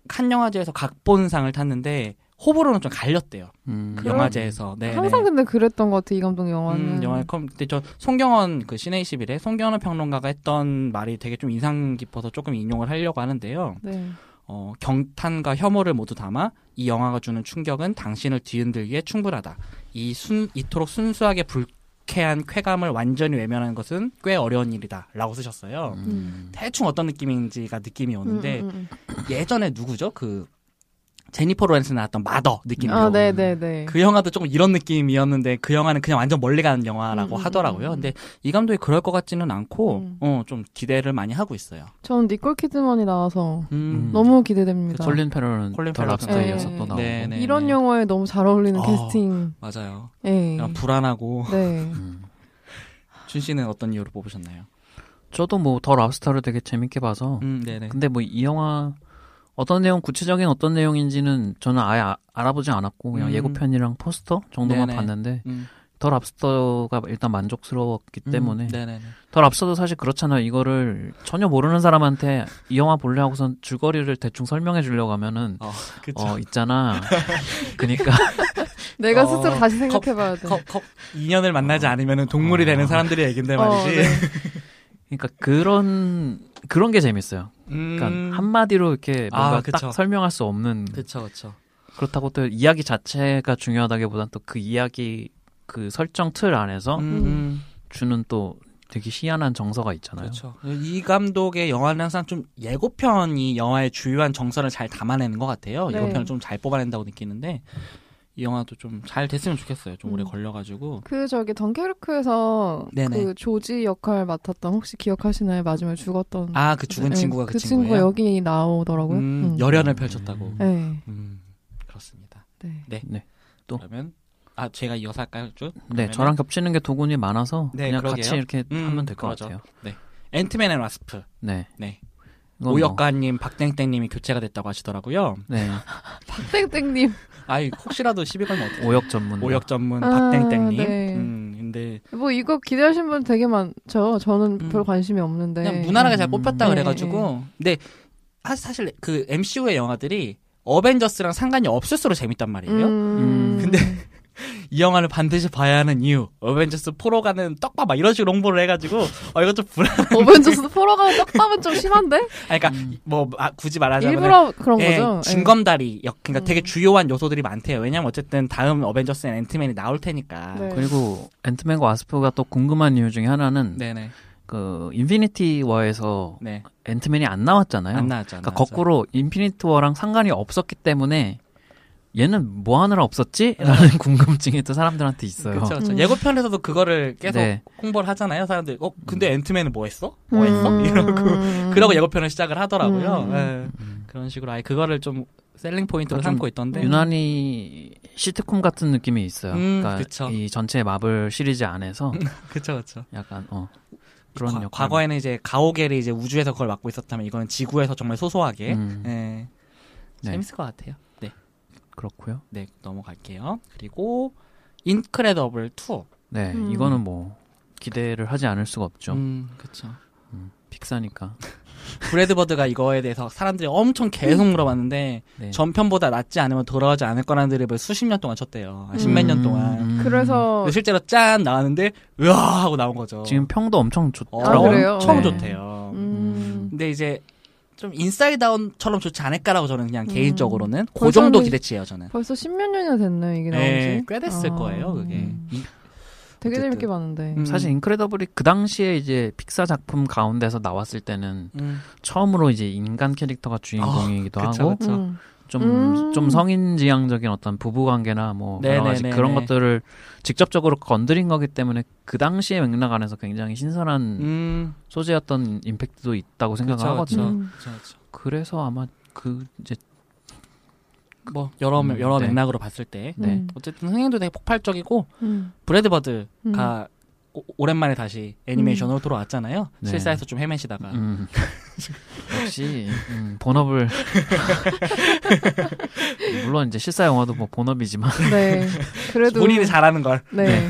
Speaker 2: 칸 영화제에서 각본상을 탔는데 호불호는 좀 갈렸대요.
Speaker 3: 음.
Speaker 2: 그 영화제에서. 네.
Speaker 4: 항상 근데 그랬던 것 같아 이 감독 영화는.
Speaker 2: 음, 영화 컴 근데 저 송경원 그 시네 21에 송경원 평론가가 했던 말이 되게 좀 인상 깊어서 조금 인용을 하려고 하는데요.
Speaker 4: 네.
Speaker 2: 어, 경탄과 혐오를 모두 담아 이 영화가 주는 충격은 당신을 뒤흔들기에 충분하다. 이 순, 이토록 순수하게 불쾌한 쾌감을 완전히 외면하는 것은 꽤 어려운 일이다. 라고 쓰셨어요.
Speaker 3: 음.
Speaker 2: 대충 어떤 느낌인지가 느낌이 오는데 그
Speaker 4: 음, 음,
Speaker 2: 예전에 누구죠? 그 제니퍼 로렌스 나왔던 마더
Speaker 4: 음.
Speaker 2: 느낌이요.
Speaker 4: 아, 네, 네, 네.
Speaker 2: 그 영화도 조금 이런 느낌이었는데 그 영화는 그냥 완전 멀리 가는 영화라고
Speaker 4: 음, 음,
Speaker 2: 하더라고요.
Speaker 4: 음, 음.
Speaker 2: 근데 이 감독이 그럴 것 같지는 않고
Speaker 4: 음.
Speaker 2: 어, 좀 기대를 많이 하고 있어요.
Speaker 4: 전 니콜 키드먼이 나와서
Speaker 2: 음.
Speaker 4: 너무
Speaker 3: 그
Speaker 4: 기대됩니다.
Speaker 3: 콜린 페러는
Speaker 2: 콜린
Speaker 3: 더
Speaker 2: 페러도-
Speaker 4: 네.
Speaker 3: 랍스터에서 또 나오고.
Speaker 2: 네, 네.
Speaker 4: 이런 영화에 너무 잘 어울리는
Speaker 2: 어.
Speaker 4: 캐스팅.
Speaker 2: 맞아요.
Speaker 4: 예.
Speaker 2: 약간 불안하고
Speaker 4: 네.
Speaker 3: 음.
Speaker 2: 준 씨는 어떤 이유로 뽑으셨나요?
Speaker 3: 저도 뭐 더 랍스터를 되게 재밌게 봐서.
Speaker 2: 음, 네네.
Speaker 3: 근데 뭐 이 영화 어떤 내용 구체적인 어떤 내용인지는 저는 아예 아- 알아보지 않았고 그냥
Speaker 2: 음.
Speaker 3: 예고편이랑 포스터 정도만
Speaker 2: 네네.
Speaker 3: 봤는데
Speaker 2: 음,
Speaker 3: 더 랍스터가 일단 만족스러웠기
Speaker 2: 음,
Speaker 3: 때문에
Speaker 2: 네네네.
Speaker 3: 더 랍스터도 사실 그렇잖아요. 이거를 전혀 모르는 사람한테 이 영화 볼래 하고선 줄거리를 대충 설명해 주려고 하면은
Speaker 2: 어, 그쵸.
Speaker 3: 어 있잖아. 그니까
Speaker 4: 내가
Speaker 2: 어,
Speaker 4: 스스로 다시
Speaker 2: 컵,
Speaker 4: 생각해봐야 돼.
Speaker 2: 컵, 컵. 인연을 만나지 않으면 동물이
Speaker 3: 어. 네.
Speaker 2: 되는 사람들의 얘긴데 네, 말이지.
Speaker 4: 네.
Speaker 3: 그러니까 그런 그런 게 재밌어요.
Speaker 2: 음.
Speaker 3: 그러니까 한마디로 이렇게 뭔가
Speaker 2: 아, 그쵸.
Speaker 3: 딱 설명할 수 없는
Speaker 2: 그쵸, 그쵸.
Speaker 3: 그렇다고 또 이야기 자체가 중요하다기보단 또 그 이야기 그 설정 틀 안에서
Speaker 2: 음, 음.
Speaker 3: 주는 또 되게 희한한 정서가 있잖아요.
Speaker 2: 그렇죠. 이 감독의 영화는 항상 좀 예고편이 영화의 주요한 정서를 잘 담아내는 것 같아요.
Speaker 4: 네.
Speaker 2: 예고편을 좀 잘 뽑아낸다고 느끼는데 이 영화도 좀 잘 됐으면 좋겠어요. 좀 오래
Speaker 4: 음.
Speaker 2: 걸려가지고
Speaker 4: 그 저기 던케르크에서
Speaker 2: 네네.
Speaker 4: 그 조지 역할 맡았던 혹시 기억하시나요? 마지막에 죽었던
Speaker 2: 아 그 죽은
Speaker 4: 네,
Speaker 2: 친구가 그,
Speaker 4: 그 친구가
Speaker 2: 친구예요.
Speaker 4: 여기 나오더라고요.
Speaker 2: 음,
Speaker 4: 음.
Speaker 2: 열연을 펼쳤다고.
Speaker 3: 음.
Speaker 4: 네.
Speaker 2: 음, 그렇습니다.
Speaker 4: 네.
Speaker 3: 또?
Speaker 2: 그러면 아 제가 이어서 할까요? 쭉?
Speaker 3: 네,
Speaker 2: 그러면은
Speaker 3: 저랑 겹치는 게 도군이 많아서
Speaker 2: 네,
Speaker 3: 그냥
Speaker 2: 그러게요.
Speaker 3: 같이 이렇게
Speaker 2: 음,
Speaker 3: 하면 될 것
Speaker 2: 그러죠.
Speaker 3: 같아요.
Speaker 2: 앤트맨 앤 와스프.
Speaker 3: 네.
Speaker 2: 네.
Speaker 3: 이건 뭐-
Speaker 2: 오역가님, 박땡땡님이 교체가 됐다고 하시더라고요.
Speaker 3: 네.
Speaker 4: 박땡땡님
Speaker 2: 아이 혹시라도 시비 걸면 어떡해.
Speaker 3: 오역 전문.
Speaker 2: 오역 전문
Speaker 4: 아,
Speaker 2: 박땡땡님.
Speaker 4: 네.
Speaker 2: 음, 근데
Speaker 4: 뭐 이거 기대하신 분 되게 많죠. 저는
Speaker 2: 음.
Speaker 4: 별 관심이 없는데
Speaker 2: 그냥 무난하게 잘
Speaker 3: 음.
Speaker 2: 뽑혔다
Speaker 4: 네.
Speaker 2: 그래가지고. 근데 하- 사실 그 MCU의 영화들이 어벤져스랑 상관이 없을수록 재밌단 말이에요.
Speaker 3: 음.
Speaker 2: 근데 이 영화를 반드시 봐야 하는 이유. 어벤져스 포로 가는 떡밥 막 이런 식으로 홍보를 해가지고 어 이거 좀 불안.
Speaker 4: 어벤져스 포러 가는 떡밥은 좀 심한데
Speaker 2: 아니, 그러니까
Speaker 3: 음.
Speaker 2: 뭐 아, 굳이 말하자면
Speaker 4: 일부러 그런
Speaker 2: 예,
Speaker 4: 거죠.
Speaker 2: 진검다리 역 그러니까
Speaker 4: 음.
Speaker 2: 되게 주요한 요소들이 많대요. 왜냐면 어쨌든 다음 어벤져스 앤 앤트맨이 나올 테니까.
Speaker 4: 네.
Speaker 3: 그리고 앤트맨과 와스프가 또 궁금한 이유 중에 하나는
Speaker 2: 네네.
Speaker 3: 그 인피니티 워에서
Speaker 2: 네.
Speaker 3: 앤트맨이 안 나왔잖아요.
Speaker 2: 안 나왔죠. 안
Speaker 3: 그러니까
Speaker 2: 나왔죠.
Speaker 3: 거꾸로 인피니티 워랑 상관이 없었기 때문에 얘는 뭐 하느라 없었지? 라는 궁금증이 또 사람들한테 있어요.
Speaker 2: 그쵸, 그쵸.
Speaker 4: 음.
Speaker 2: 예고편에서도 그거를 계속
Speaker 3: 네.
Speaker 2: 홍보를 하잖아요. 사람들이 어 근데 앤트맨은 뭐 했어?
Speaker 4: 음.
Speaker 2: 뭐 했어? 이러고
Speaker 4: 음.
Speaker 2: 그러고 예고편을 시작을 하더라고요.
Speaker 4: 음.
Speaker 2: 예. 그런 식으로 아예 그거를 좀 셀링 포인트로
Speaker 3: 아, 좀
Speaker 2: 삼고 있던데.
Speaker 3: 유난히 시트콤 같은 느낌이 있어요.
Speaker 2: 네. 음,
Speaker 3: 그러니까
Speaker 2: 그쵸.
Speaker 3: 이 전체 마블 시리즈 안에서
Speaker 2: 그쵸 그쵸.
Speaker 3: 약간 어 그런
Speaker 2: 과-
Speaker 3: 역할.
Speaker 2: 과거에는 이제 가오겔이 이제 우주에서 그걸 맡고 있었다면 이건 지구에서 정말 소소하게.
Speaker 3: 음,
Speaker 2: 예.
Speaker 3: 네.
Speaker 2: 재밌을 것 같아요. 네.
Speaker 3: 그렇고요.
Speaker 2: 네, 넘어갈게요. 그리고 인크레더블 2.
Speaker 3: 네,
Speaker 4: 음.
Speaker 3: 이거는 뭐 기대를 하지 않을 수가 없죠.
Speaker 2: 음, 그렇죠.
Speaker 3: 픽사니까.
Speaker 2: 브래드 버드가 이거에 대해서 사람들이 엄청 계속 물어봤는데
Speaker 3: 네.
Speaker 2: 전편보다 낫지 않으면 돌아오지 않을 거라는 드립을 수십 년 동안 쳤대요. 십몇 년
Speaker 3: 음,
Speaker 2: 동안.
Speaker 3: 음.
Speaker 4: 그래서
Speaker 2: 근데 실제로 짠 나왔는데 으아 하고 나온 거죠.
Speaker 3: 지금 평도 엄청
Speaker 2: 어,
Speaker 3: 좋더라고요.
Speaker 4: 아, 그래요?
Speaker 2: 엄청
Speaker 4: 네.
Speaker 2: 좋대요.
Speaker 4: 음.
Speaker 2: 근데 이제 좀 인사이드 아웃처럼 좋지 않을까라고 저는 그냥
Speaker 4: 음.
Speaker 2: 개인적으로는 그
Speaker 4: 버전이-
Speaker 2: 정도 기대치예요 저는.
Speaker 4: 벌써 십몇 년이나 됐네 이게 나온 지.
Speaker 2: 네, 꽤 됐을
Speaker 4: 아.
Speaker 2: 거예요 그게. 음.
Speaker 4: 되게
Speaker 2: 어쨌든.
Speaker 4: 재밌게 봤는데.
Speaker 2: 음.
Speaker 3: 사실 인크레더블이 그 당시에 이제 픽사 작품 가운데서 나왔을 때는
Speaker 2: 음.
Speaker 3: 처음으로 이제 인간 캐릭터가 주인공이기도
Speaker 2: 아, 그쵸,
Speaker 3: 하고
Speaker 2: 그쵸.
Speaker 4: 음.
Speaker 3: 좀
Speaker 4: 음.
Speaker 3: 좀 성인지향적인 어떤 부부관계나 뭐 여러 가지
Speaker 2: 네네네네.
Speaker 3: 그런 것들을 직접적으로 건드린 거기 때문에 그 당시의 맥락 안에서 굉장히 신선한
Speaker 2: 음.
Speaker 3: 소재였던 임팩트도 있다고 생각을
Speaker 2: 그쵸,
Speaker 3: 하거든요.
Speaker 2: 그쵸.
Speaker 4: 음.
Speaker 2: 그쵸, 그쵸.
Speaker 3: 그래서 아마 그 이제
Speaker 2: 뭐 여러
Speaker 3: 음,
Speaker 2: 여러
Speaker 3: 네.
Speaker 2: 맥락으로 봤을 때
Speaker 3: 네.
Speaker 4: 음.
Speaker 2: 어쨌든 흥행도 되게 폭발적이고
Speaker 4: 음.
Speaker 2: 브래드 버드가
Speaker 4: 음.
Speaker 2: 오- 오랜만에 다시 애니메이션으로 돌아왔잖아요.
Speaker 3: 네.
Speaker 2: 실사에서 좀 헤매시다가
Speaker 3: 음, 역시 음, 본업을 물론 이제 실사 영화도 뭐 본업이지만
Speaker 4: 네. 그래도
Speaker 2: 본인이 잘하는 걸.
Speaker 4: 네.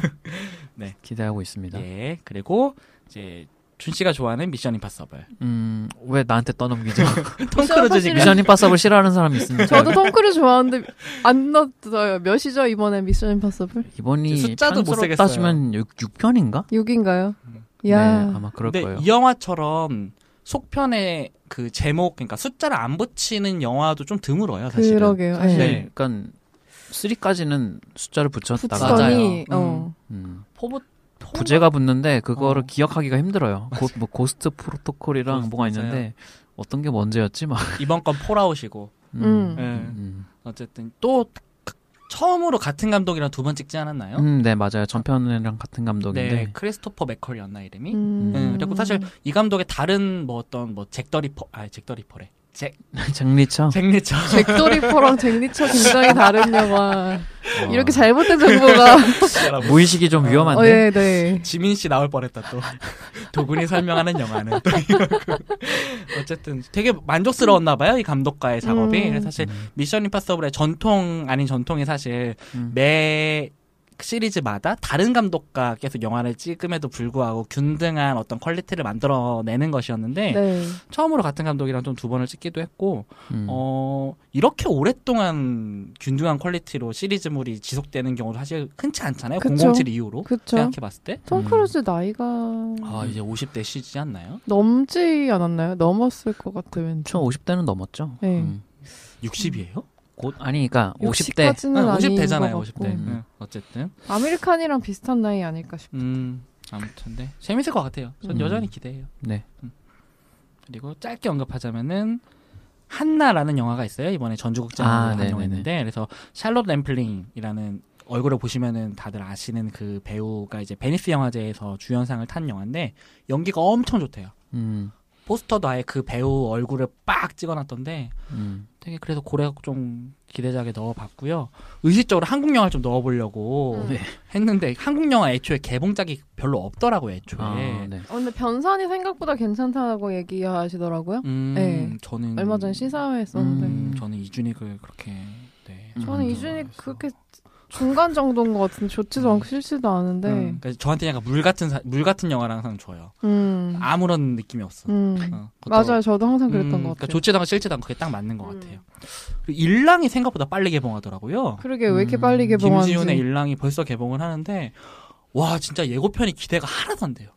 Speaker 3: 기대하고 있습니다.
Speaker 2: 예. 그리고 이제 준 씨가 좋아하는 미션 임파서블.
Speaker 3: 음, 왜 나한테 떠넘기죠?
Speaker 2: 톰 크루즈 미션.
Speaker 3: 미션 임파서블 싫어하는 사람이
Speaker 2: 네.
Speaker 3: 있습니다.
Speaker 4: 저도 톰크루즈 좋아하는데 안 넣었어요. 몇이죠 이번에 미션 임파서블?
Speaker 3: 이번이
Speaker 2: 숫자도 못
Speaker 3: 편수로
Speaker 2: 세겠어요.
Speaker 3: 따지면 6, 6편인가?
Speaker 4: 6인가요?
Speaker 2: 음.
Speaker 3: 네,
Speaker 4: 야.
Speaker 3: 아마 그럴
Speaker 2: 근데
Speaker 3: 거예요.
Speaker 2: 이 영화처럼 속편에 그 제목 그러니까 숫자를 안 붙이는 영화도 좀 드물어요, 사실은.
Speaker 4: 그러게요.
Speaker 2: 사실
Speaker 4: 예.
Speaker 3: 네, 그러니까 3까지는 숫자를 붙였다가
Speaker 4: 붙더니
Speaker 2: 맞아요.
Speaker 4: 어.
Speaker 3: 음,
Speaker 2: 포부
Speaker 3: 부제가 붙는데 그거를
Speaker 2: 어.
Speaker 3: 기억하기가 힘들어요. 고, 뭐 고스트 프로토콜이랑
Speaker 2: 고스트,
Speaker 3: 뭐가 있는데 어떤 게 먼저였지 막.
Speaker 2: 이번 건 폴아웃이고
Speaker 4: 음.
Speaker 2: 예.
Speaker 3: 음.
Speaker 2: 어쨌든 또 그- 처음으로 같은 감독이랑 두 번 찍지 않았나요?
Speaker 3: 음, 네 맞아요. 전편이랑 같은 감독인데.
Speaker 2: 네, 크리스토퍼 맥컬이었나 이름이?
Speaker 4: 음.
Speaker 2: 예, 그리고 사실 이 감독의 다른 뭐 어떤 뭐 잭더리퍼, 아 잭더리퍼래. 잭,
Speaker 3: 장리처.
Speaker 2: 잭리처.
Speaker 3: 아,
Speaker 4: 잭도리퍼랑 잭리처 굉장히 다른 영화.
Speaker 3: 어,
Speaker 4: 이렇게 잘못된 정보가.
Speaker 3: 무의식이 좀
Speaker 2: 아,
Speaker 3: 위험한데.
Speaker 4: 어, 예, 네.
Speaker 2: 지민 씨 나올 뻔했다 또. 도군이 설명하는 영화는. 또 이러고. 어쨌든 되게 만족스러웠나 봐요 이 감독과의 작업이.
Speaker 4: 음.
Speaker 2: 그래서 사실
Speaker 3: 음.
Speaker 2: 미션 임파서블의 전통 아닌 전통이 사실
Speaker 3: 음.
Speaker 2: 매 시리즈마다 다른 감독과 계속 영화를 찍음에도 불구하고 균등한 어떤 퀄리티를 만들어내는 것이었는데
Speaker 4: 네.
Speaker 2: 처음으로 같은 감독이랑 좀 두 번을 찍기도 했고
Speaker 3: 음.
Speaker 2: 어, 이렇게 오랫동안 균등한 퀄리티로 시리즈물이 지속되는 경우도 사실 흔치 않잖아요.
Speaker 4: 그쵸.
Speaker 2: 007 이후로
Speaker 4: 그쵸.
Speaker 2: 생각해 봤을 때.
Speaker 4: 톰 크루즈 나이가
Speaker 2: 음. 아, 이제 50대 시지 않나요?
Speaker 4: 넘지 않았나요? 넘었을 것 같아, 왠지.
Speaker 3: 저 50대는 넘었죠.
Speaker 4: 네.
Speaker 3: 음.
Speaker 2: 60이에요? 네,
Speaker 3: 곧 아니 그러니까 50대
Speaker 4: 60까지는 아닌
Speaker 2: 50대잖아요,
Speaker 4: 것
Speaker 2: 50대.
Speaker 4: 같고.
Speaker 3: 음.
Speaker 2: 어쨌든.
Speaker 4: 아메리칸이랑 비슷한 나이 아닐까 싶어요.
Speaker 2: 음. 아무튼 네 재밌을 것 같아요. 전
Speaker 3: 음.
Speaker 2: 여전히 기대해요. 음.
Speaker 3: 네.
Speaker 2: 그리고 짧게 언급하자면은 한나라는 영화가 있어요. 이번에 전주극장에
Speaker 3: 아,
Speaker 2: 방영했는데 그래서 샬롯 램플링이라는 얼굴을 보시면은 다들 아시는 그 배우가 이제 베니스 영화제에서 주연상을 탄 영화인데 연기가 엄청 좋대요.
Speaker 3: 음.
Speaker 2: 포스터도 아예 그 배우 얼굴을 빡 찍어놨던데
Speaker 3: 음.
Speaker 2: 되게 그래서 고래역 좀 기대작에 넣어봤고요. 의식적으로 한국 영화를 좀 넣어보려고
Speaker 4: 음.
Speaker 3: 네.
Speaker 2: 했는데 한국 영화 애초에 개봉작이 별로 없더라고요. 애초에.
Speaker 3: 아, 네.
Speaker 4: 어, 근데 변산이 생각보다 괜찮다고 얘기하시더라고요.
Speaker 2: 음,
Speaker 4: 네.
Speaker 2: 저는
Speaker 4: 얼마 전에 네. 시사회 했었는데.
Speaker 2: 음, 저는 이준익을 그렇게 네.
Speaker 3: 음.
Speaker 4: 저는 이준이 그렇게 중간 정도인 것 같은데 좋지도 않고 싫지도 않은데.
Speaker 2: 음,
Speaker 4: 음.
Speaker 2: 그러니까 저한테 약간 물 같은 사- 물 같은 영화랑 항상 줘요.
Speaker 4: 음.
Speaker 2: 아무런 느낌이 없어. 어, 그것도-
Speaker 4: 맞아요. 저도 항상
Speaker 2: 음,
Speaker 4: 그랬던 것
Speaker 2: 그러니까
Speaker 4: 같아요.
Speaker 2: 좋지도 않고 싫지도 않고 그게 딱 맞는 것
Speaker 4: 음.
Speaker 2: 같아요. 그리고 일랑이 생각보다 빨리 개봉하더라고요.
Speaker 4: 그러게 왜 이렇게
Speaker 3: 음,
Speaker 4: 빨리 개봉하는지.
Speaker 2: 김지훈의 일랑이 벌써 개봉을 하는데 와 진짜 예고편이 기대가 하나도 안 돼요.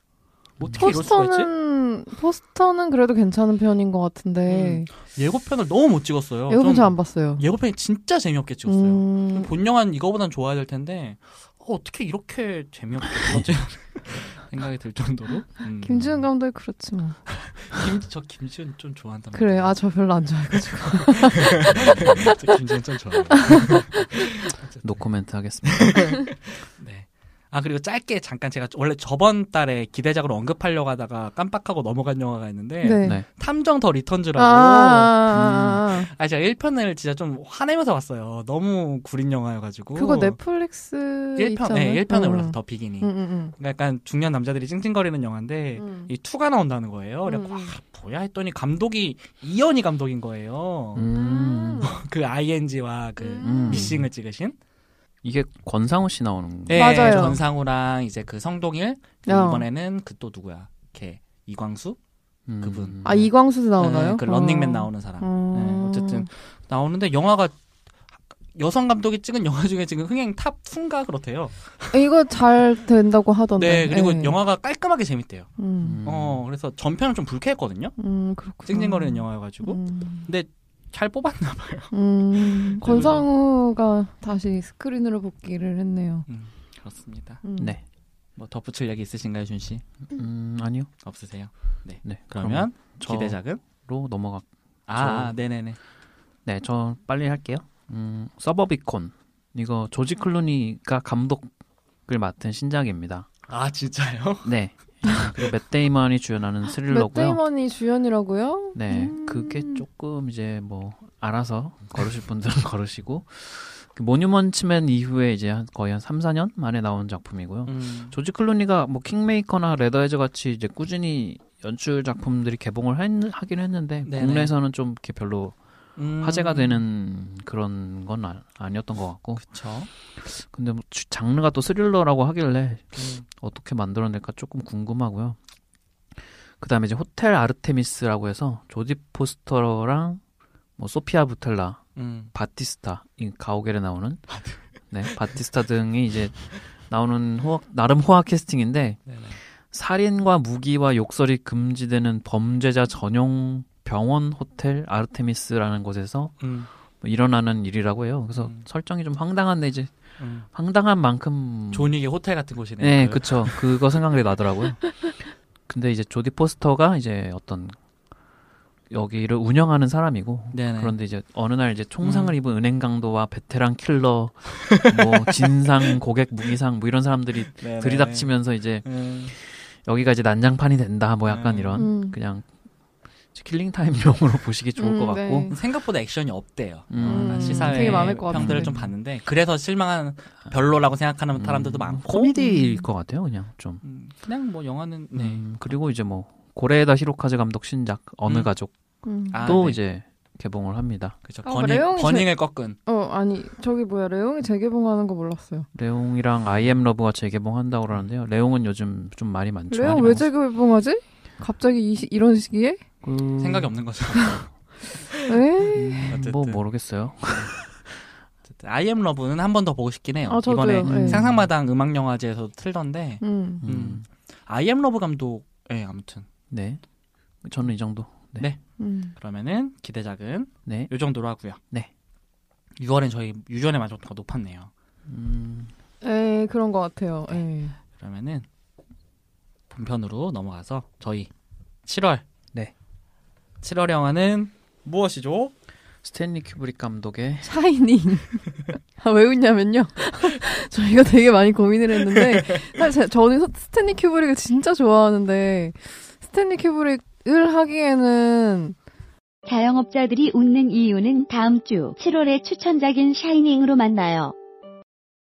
Speaker 2: 뭐 어떻게 이럴 수가 있지?
Speaker 4: 포스터는 포스터는 그래도 괜찮은 편인 것 같은데
Speaker 2: 예고편을 너무 못 음, 찍었어요.
Speaker 4: 예고편
Speaker 2: 좀
Speaker 4: 잘안 봤어요.
Speaker 2: 예고편이 진짜 재미없게 찍었어요.
Speaker 4: 음,
Speaker 2: 본 영화는 이거보단 좋아야 될 텐데 어, 떻게 이렇게 재미없게 찍었지? 생각이 들 정도로. 음.
Speaker 4: 김지훈 감독이 그렇지 뭐.
Speaker 2: 김, 저 김지훈 좀 좋아한단
Speaker 4: 그래,
Speaker 2: 말이야.
Speaker 4: 아 저 별로 안 좋아해가지고.
Speaker 2: 저 김지훈 좀 좋아해요.
Speaker 3: 노코멘트 하겠습니다.
Speaker 2: 네. 아 그리고 짧게 잠깐 제가 원래 저번 달에 기대작으로 언급하려고 하다가 깜빡하고 넘어간 영화가 있는데
Speaker 4: 네.
Speaker 3: 네.
Speaker 2: 탐정 더 리턴즈라고 아,
Speaker 4: 아, 아, 아,
Speaker 2: 제가 1편을 진짜 좀 화내면서 봤어요. 너무 구린 영화여가지고
Speaker 4: 아. 그거 넷플릭스
Speaker 2: 1편,
Speaker 4: 있잖아요.
Speaker 2: 네, 1편에
Speaker 4: 어. 음.
Speaker 2: 올라서 더 비기니
Speaker 4: 응, 응,
Speaker 2: 그러니까 약간 중년 남자들이 찡찡거리는 영화인데
Speaker 4: 응. 응.
Speaker 2: 네, 이 2가 나온다는 거예요. 그래서
Speaker 4: 음, 음.
Speaker 2: 뭐야 했더니 감독이 이연희 감독인 거예요.
Speaker 3: 음.
Speaker 2: 그 ING와 그
Speaker 4: 음.
Speaker 2: 미싱을 찍으신
Speaker 3: 이게 권상우 씨 나오는 거.
Speaker 2: 네,
Speaker 4: 맞아요. 어.
Speaker 2: 전상우랑 이제 그 성동일
Speaker 4: 야.
Speaker 2: 그리고 이번에는 그 또 누구야? 걔 이광수
Speaker 3: 음.
Speaker 2: 그분.
Speaker 4: 아 이광수도 나오나요?
Speaker 2: 네, 그 런닝맨
Speaker 4: 어.
Speaker 2: 나오는 사람.
Speaker 4: 음.
Speaker 2: 네, 어쨌든 나오는데 영화가 여성 감독이 찍은 영화 중에 지금 흥행 탑 순가 그렇대요.
Speaker 4: 이거 잘 된다고 하던데.
Speaker 2: 네, 그리고
Speaker 4: 네.
Speaker 2: 영화가 깔끔하게 재밌대요.
Speaker 4: 음,
Speaker 3: 음.
Speaker 2: 어, 그래서 전편은 좀 불쾌했거든요.
Speaker 4: 음 그렇군.
Speaker 2: 찡찡거리는 영화여가지고
Speaker 4: 음.
Speaker 2: 잘 뽑았나 봐요.
Speaker 3: 네,
Speaker 4: 음, 권상우가 다시 스크린으로 복귀를 했네요.
Speaker 2: 음, 그렇습니다.
Speaker 4: 음.
Speaker 3: 네.
Speaker 2: 뭐 덧붙일 얘기 있으신가요, 준 씨?
Speaker 3: 음, 아니요.
Speaker 2: 없으세요? 네.
Speaker 3: 네.
Speaker 2: 그러면
Speaker 3: 저-
Speaker 2: 기대작은?
Speaker 3: 로 넘어가.
Speaker 2: 아,
Speaker 3: 저-
Speaker 2: 네네네.
Speaker 3: 네, 저 빨리 할게요. 음, 서버비콘. 이거 조지 클루니가 감독을 맡은 신작입니다.
Speaker 2: 아 진짜요?
Speaker 3: 네. 그리고 맷 데이먼이 주연하는
Speaker 4: 맷
Speaker 3: 스릴러고요.
Speaker 4: 데이먼이 주연이라고요?
Speaker 3: 네,
Speaker 4: 음.
Speaker 3: 그게 조금 이제 뭐 알아서 걸으실 분들은 걸으시고 그 모뉴먼츠맨 이후에 이제 한- 거의 한 3, 4년 만에 나온 작품이고요.
Speaker 2: 음.
Speaker 3: 조지 클루니가 뭐 킹메이커나 레더헤즈 같이 이제 꾸준히 연출 작품들이 개봉을 했- 하긴 했는데
Speaker 2: 네네.
Speaker 3: 국내에서는 좀 이렇게 별로
Speaker 2: 음.
Speaker 3: 화제가 되는 그런 건 아, 아니었던 것 같고
Speaker 2: 그쵸.
Speaker 3: 근데 뭐 주- 장르가 또 스릴러라고 하길래
Speaker 2: 음.
Speaker 3: 어떻게 만들어낼까 조금 궁금하고요. 그다음에 이제 호텔 아르테미스라고 해서 조디 포스터랑 뭐 소피아 부텔라,
Speaker 2: 음.
Speaker 3: 바티스타, 이 가오겔에 나오는
Speaker 2: 아,
Speaker 3: 네 바티스타 등이 이제 나오는 호화- 나름 호화 캐스팅인데
Speaker 2: 네네.
Speaker 3: 살인과 무기와 욕설이 금지되는 범죄자 전용 병원 호텔 아르테미스라는 곳에서
Speaker 2: 음.
Speaker 3: 뭐 일어나는 일이라고 해요. 그래서
Speaker 2: 음.
Speaker 3: 설정이 좀 황당한데 이제
Speaker 2: 음.
Speaker 3: 황당한 만큼
Speaker 2: 존이게 호텔 같은 곳이네요.
Speaker 3: 네, 그쵸 그거 생각이 나더라고요. 근데 이제 조디 포스터가 이제 어떤 여기를 운영하는 사람이고
Speaker 2: 네네.
Speaker 3: 그런데 이제 어느 날 이제 총상을
Speaker 2: 음.
Speaker 3: 입은 은행 강도와 베테랑 킬러, 뭐 진상 고객 무기상 뭐 이런 사람들이
Speaker 2: 네네.
Speaker 3: 들이닥치면서 이제
Speaker 2: 음.
Speaker 3: 여기가 이제 난장판이 된다 뭐 약간
Speaker 2: 음.
Speaker 3: 이런
Speaker 4: 음.
Speaker 3: 그냥 킬링 타임용으로 보시기 좋을 것
Speaker 4: 음,
Speaker 3: 같고
Speaker 4: 네.
Speaker 2: 생각보다 액션이 없대요.
Speaker 3: 음,
Speaker 2: 아,
Speaker 4: 음,
Speaker 2: 시사회
Speaker 4: 되게 많을 것
Speaker 2: 평들을
Speaker 4: 같은데.
Speaker 2: 좀 봤는데 그래서 실망한 별로라고 생각하는
Speaker 3: 음,
Speaker 2: 사람들도 많고
Speaker 3: 코미디일 것 같아요 그냥 좀
Speaker 2: 음, 그냥 뭐 영화는 네.
Speaker 3: 음, 그리고 이제 뭐 고레에다 히로카즈 감독 신작 어느
Speaker 2: 음.
Speaker 3: 가족
Speaker 4: 음.
Speaker 2: 아,
Speaker 3: 또
Speaker 2: 네.
Speaker 3: 이제 개봉을 합니다.
Speaker 2: 그죠.
Speaker 4: 어,
Speaker 2: 버닝,
Speaker 4: 레옹이
Speaker 2: 버닝을 꺾은
Speaker 4: 어 아니 저기 뭐야 레옹이 재개봉하는 거 몰랐어요.
Speaker 3: 레옹이랑 아이엠 러브가 재개봉한다고 그러는데요. 레옹은 요즘 좀 말이 많죠.
Speaker 4: 레옹 왜 재개봉하지? 갑자기 이 시, 이런 시기에? 음.
Speaker 3: 그...
Speaker 2: 생각이 없는 거죠.
Speaker 4: 에?
Speaker 2: 어쨌든.
Speaker 3: 뭐 모르겠어요.
Speaker 2: 어쨌든 I am Love는 한 번 더 보고 싶긴 해요.
Speaker 4: 아 저도요.
Speaker 2: 이번에
Speaker 4: 네.
Speaker 3: 상상-
Speaker 2: 상상마당 음악 영화제에서 틀던데
Speaker 4: 음.
Speaker 3: 음,
Speaker 2: 음. I am Love 감독 예, 아무튼
Speaker 3: 네. 저는 이 정도. 네.
Speaker 2: 네.
Speaker 4: 음.
Speaker 2: 그러면은 기대작은
Speaker 3: 네.
Speaker 2: 요 정도로 하고요.
Speaker 3: 네.
Speaker 2: 6월엔 저희 유전의 만족도가 높았네요.
Speaker 3: 음,
Speaker 4: 에 그런 것 같아요. 에.
Speaker 2: 그러면은 본편으로 넘어가서 저희 7월
Speaker 3: 네.
Speaker 2: 7월 영화는 무엇이죠?
Speaker 3: 스탠리 큐브릭 감독의
Speaker 4: 샤이닝. 아, 왜 웃냐면요. 저희가 되게 많이 고민을 했는데, 사실 저는 스탠리 큐브릭을 진짜 좋아하는데, 스탠리 큐브릭을 하기에는,
Speaker 5: 자영업자들이 웃는 이유는 다음 주 7월의 추천작인 샤이닝으로 만나요.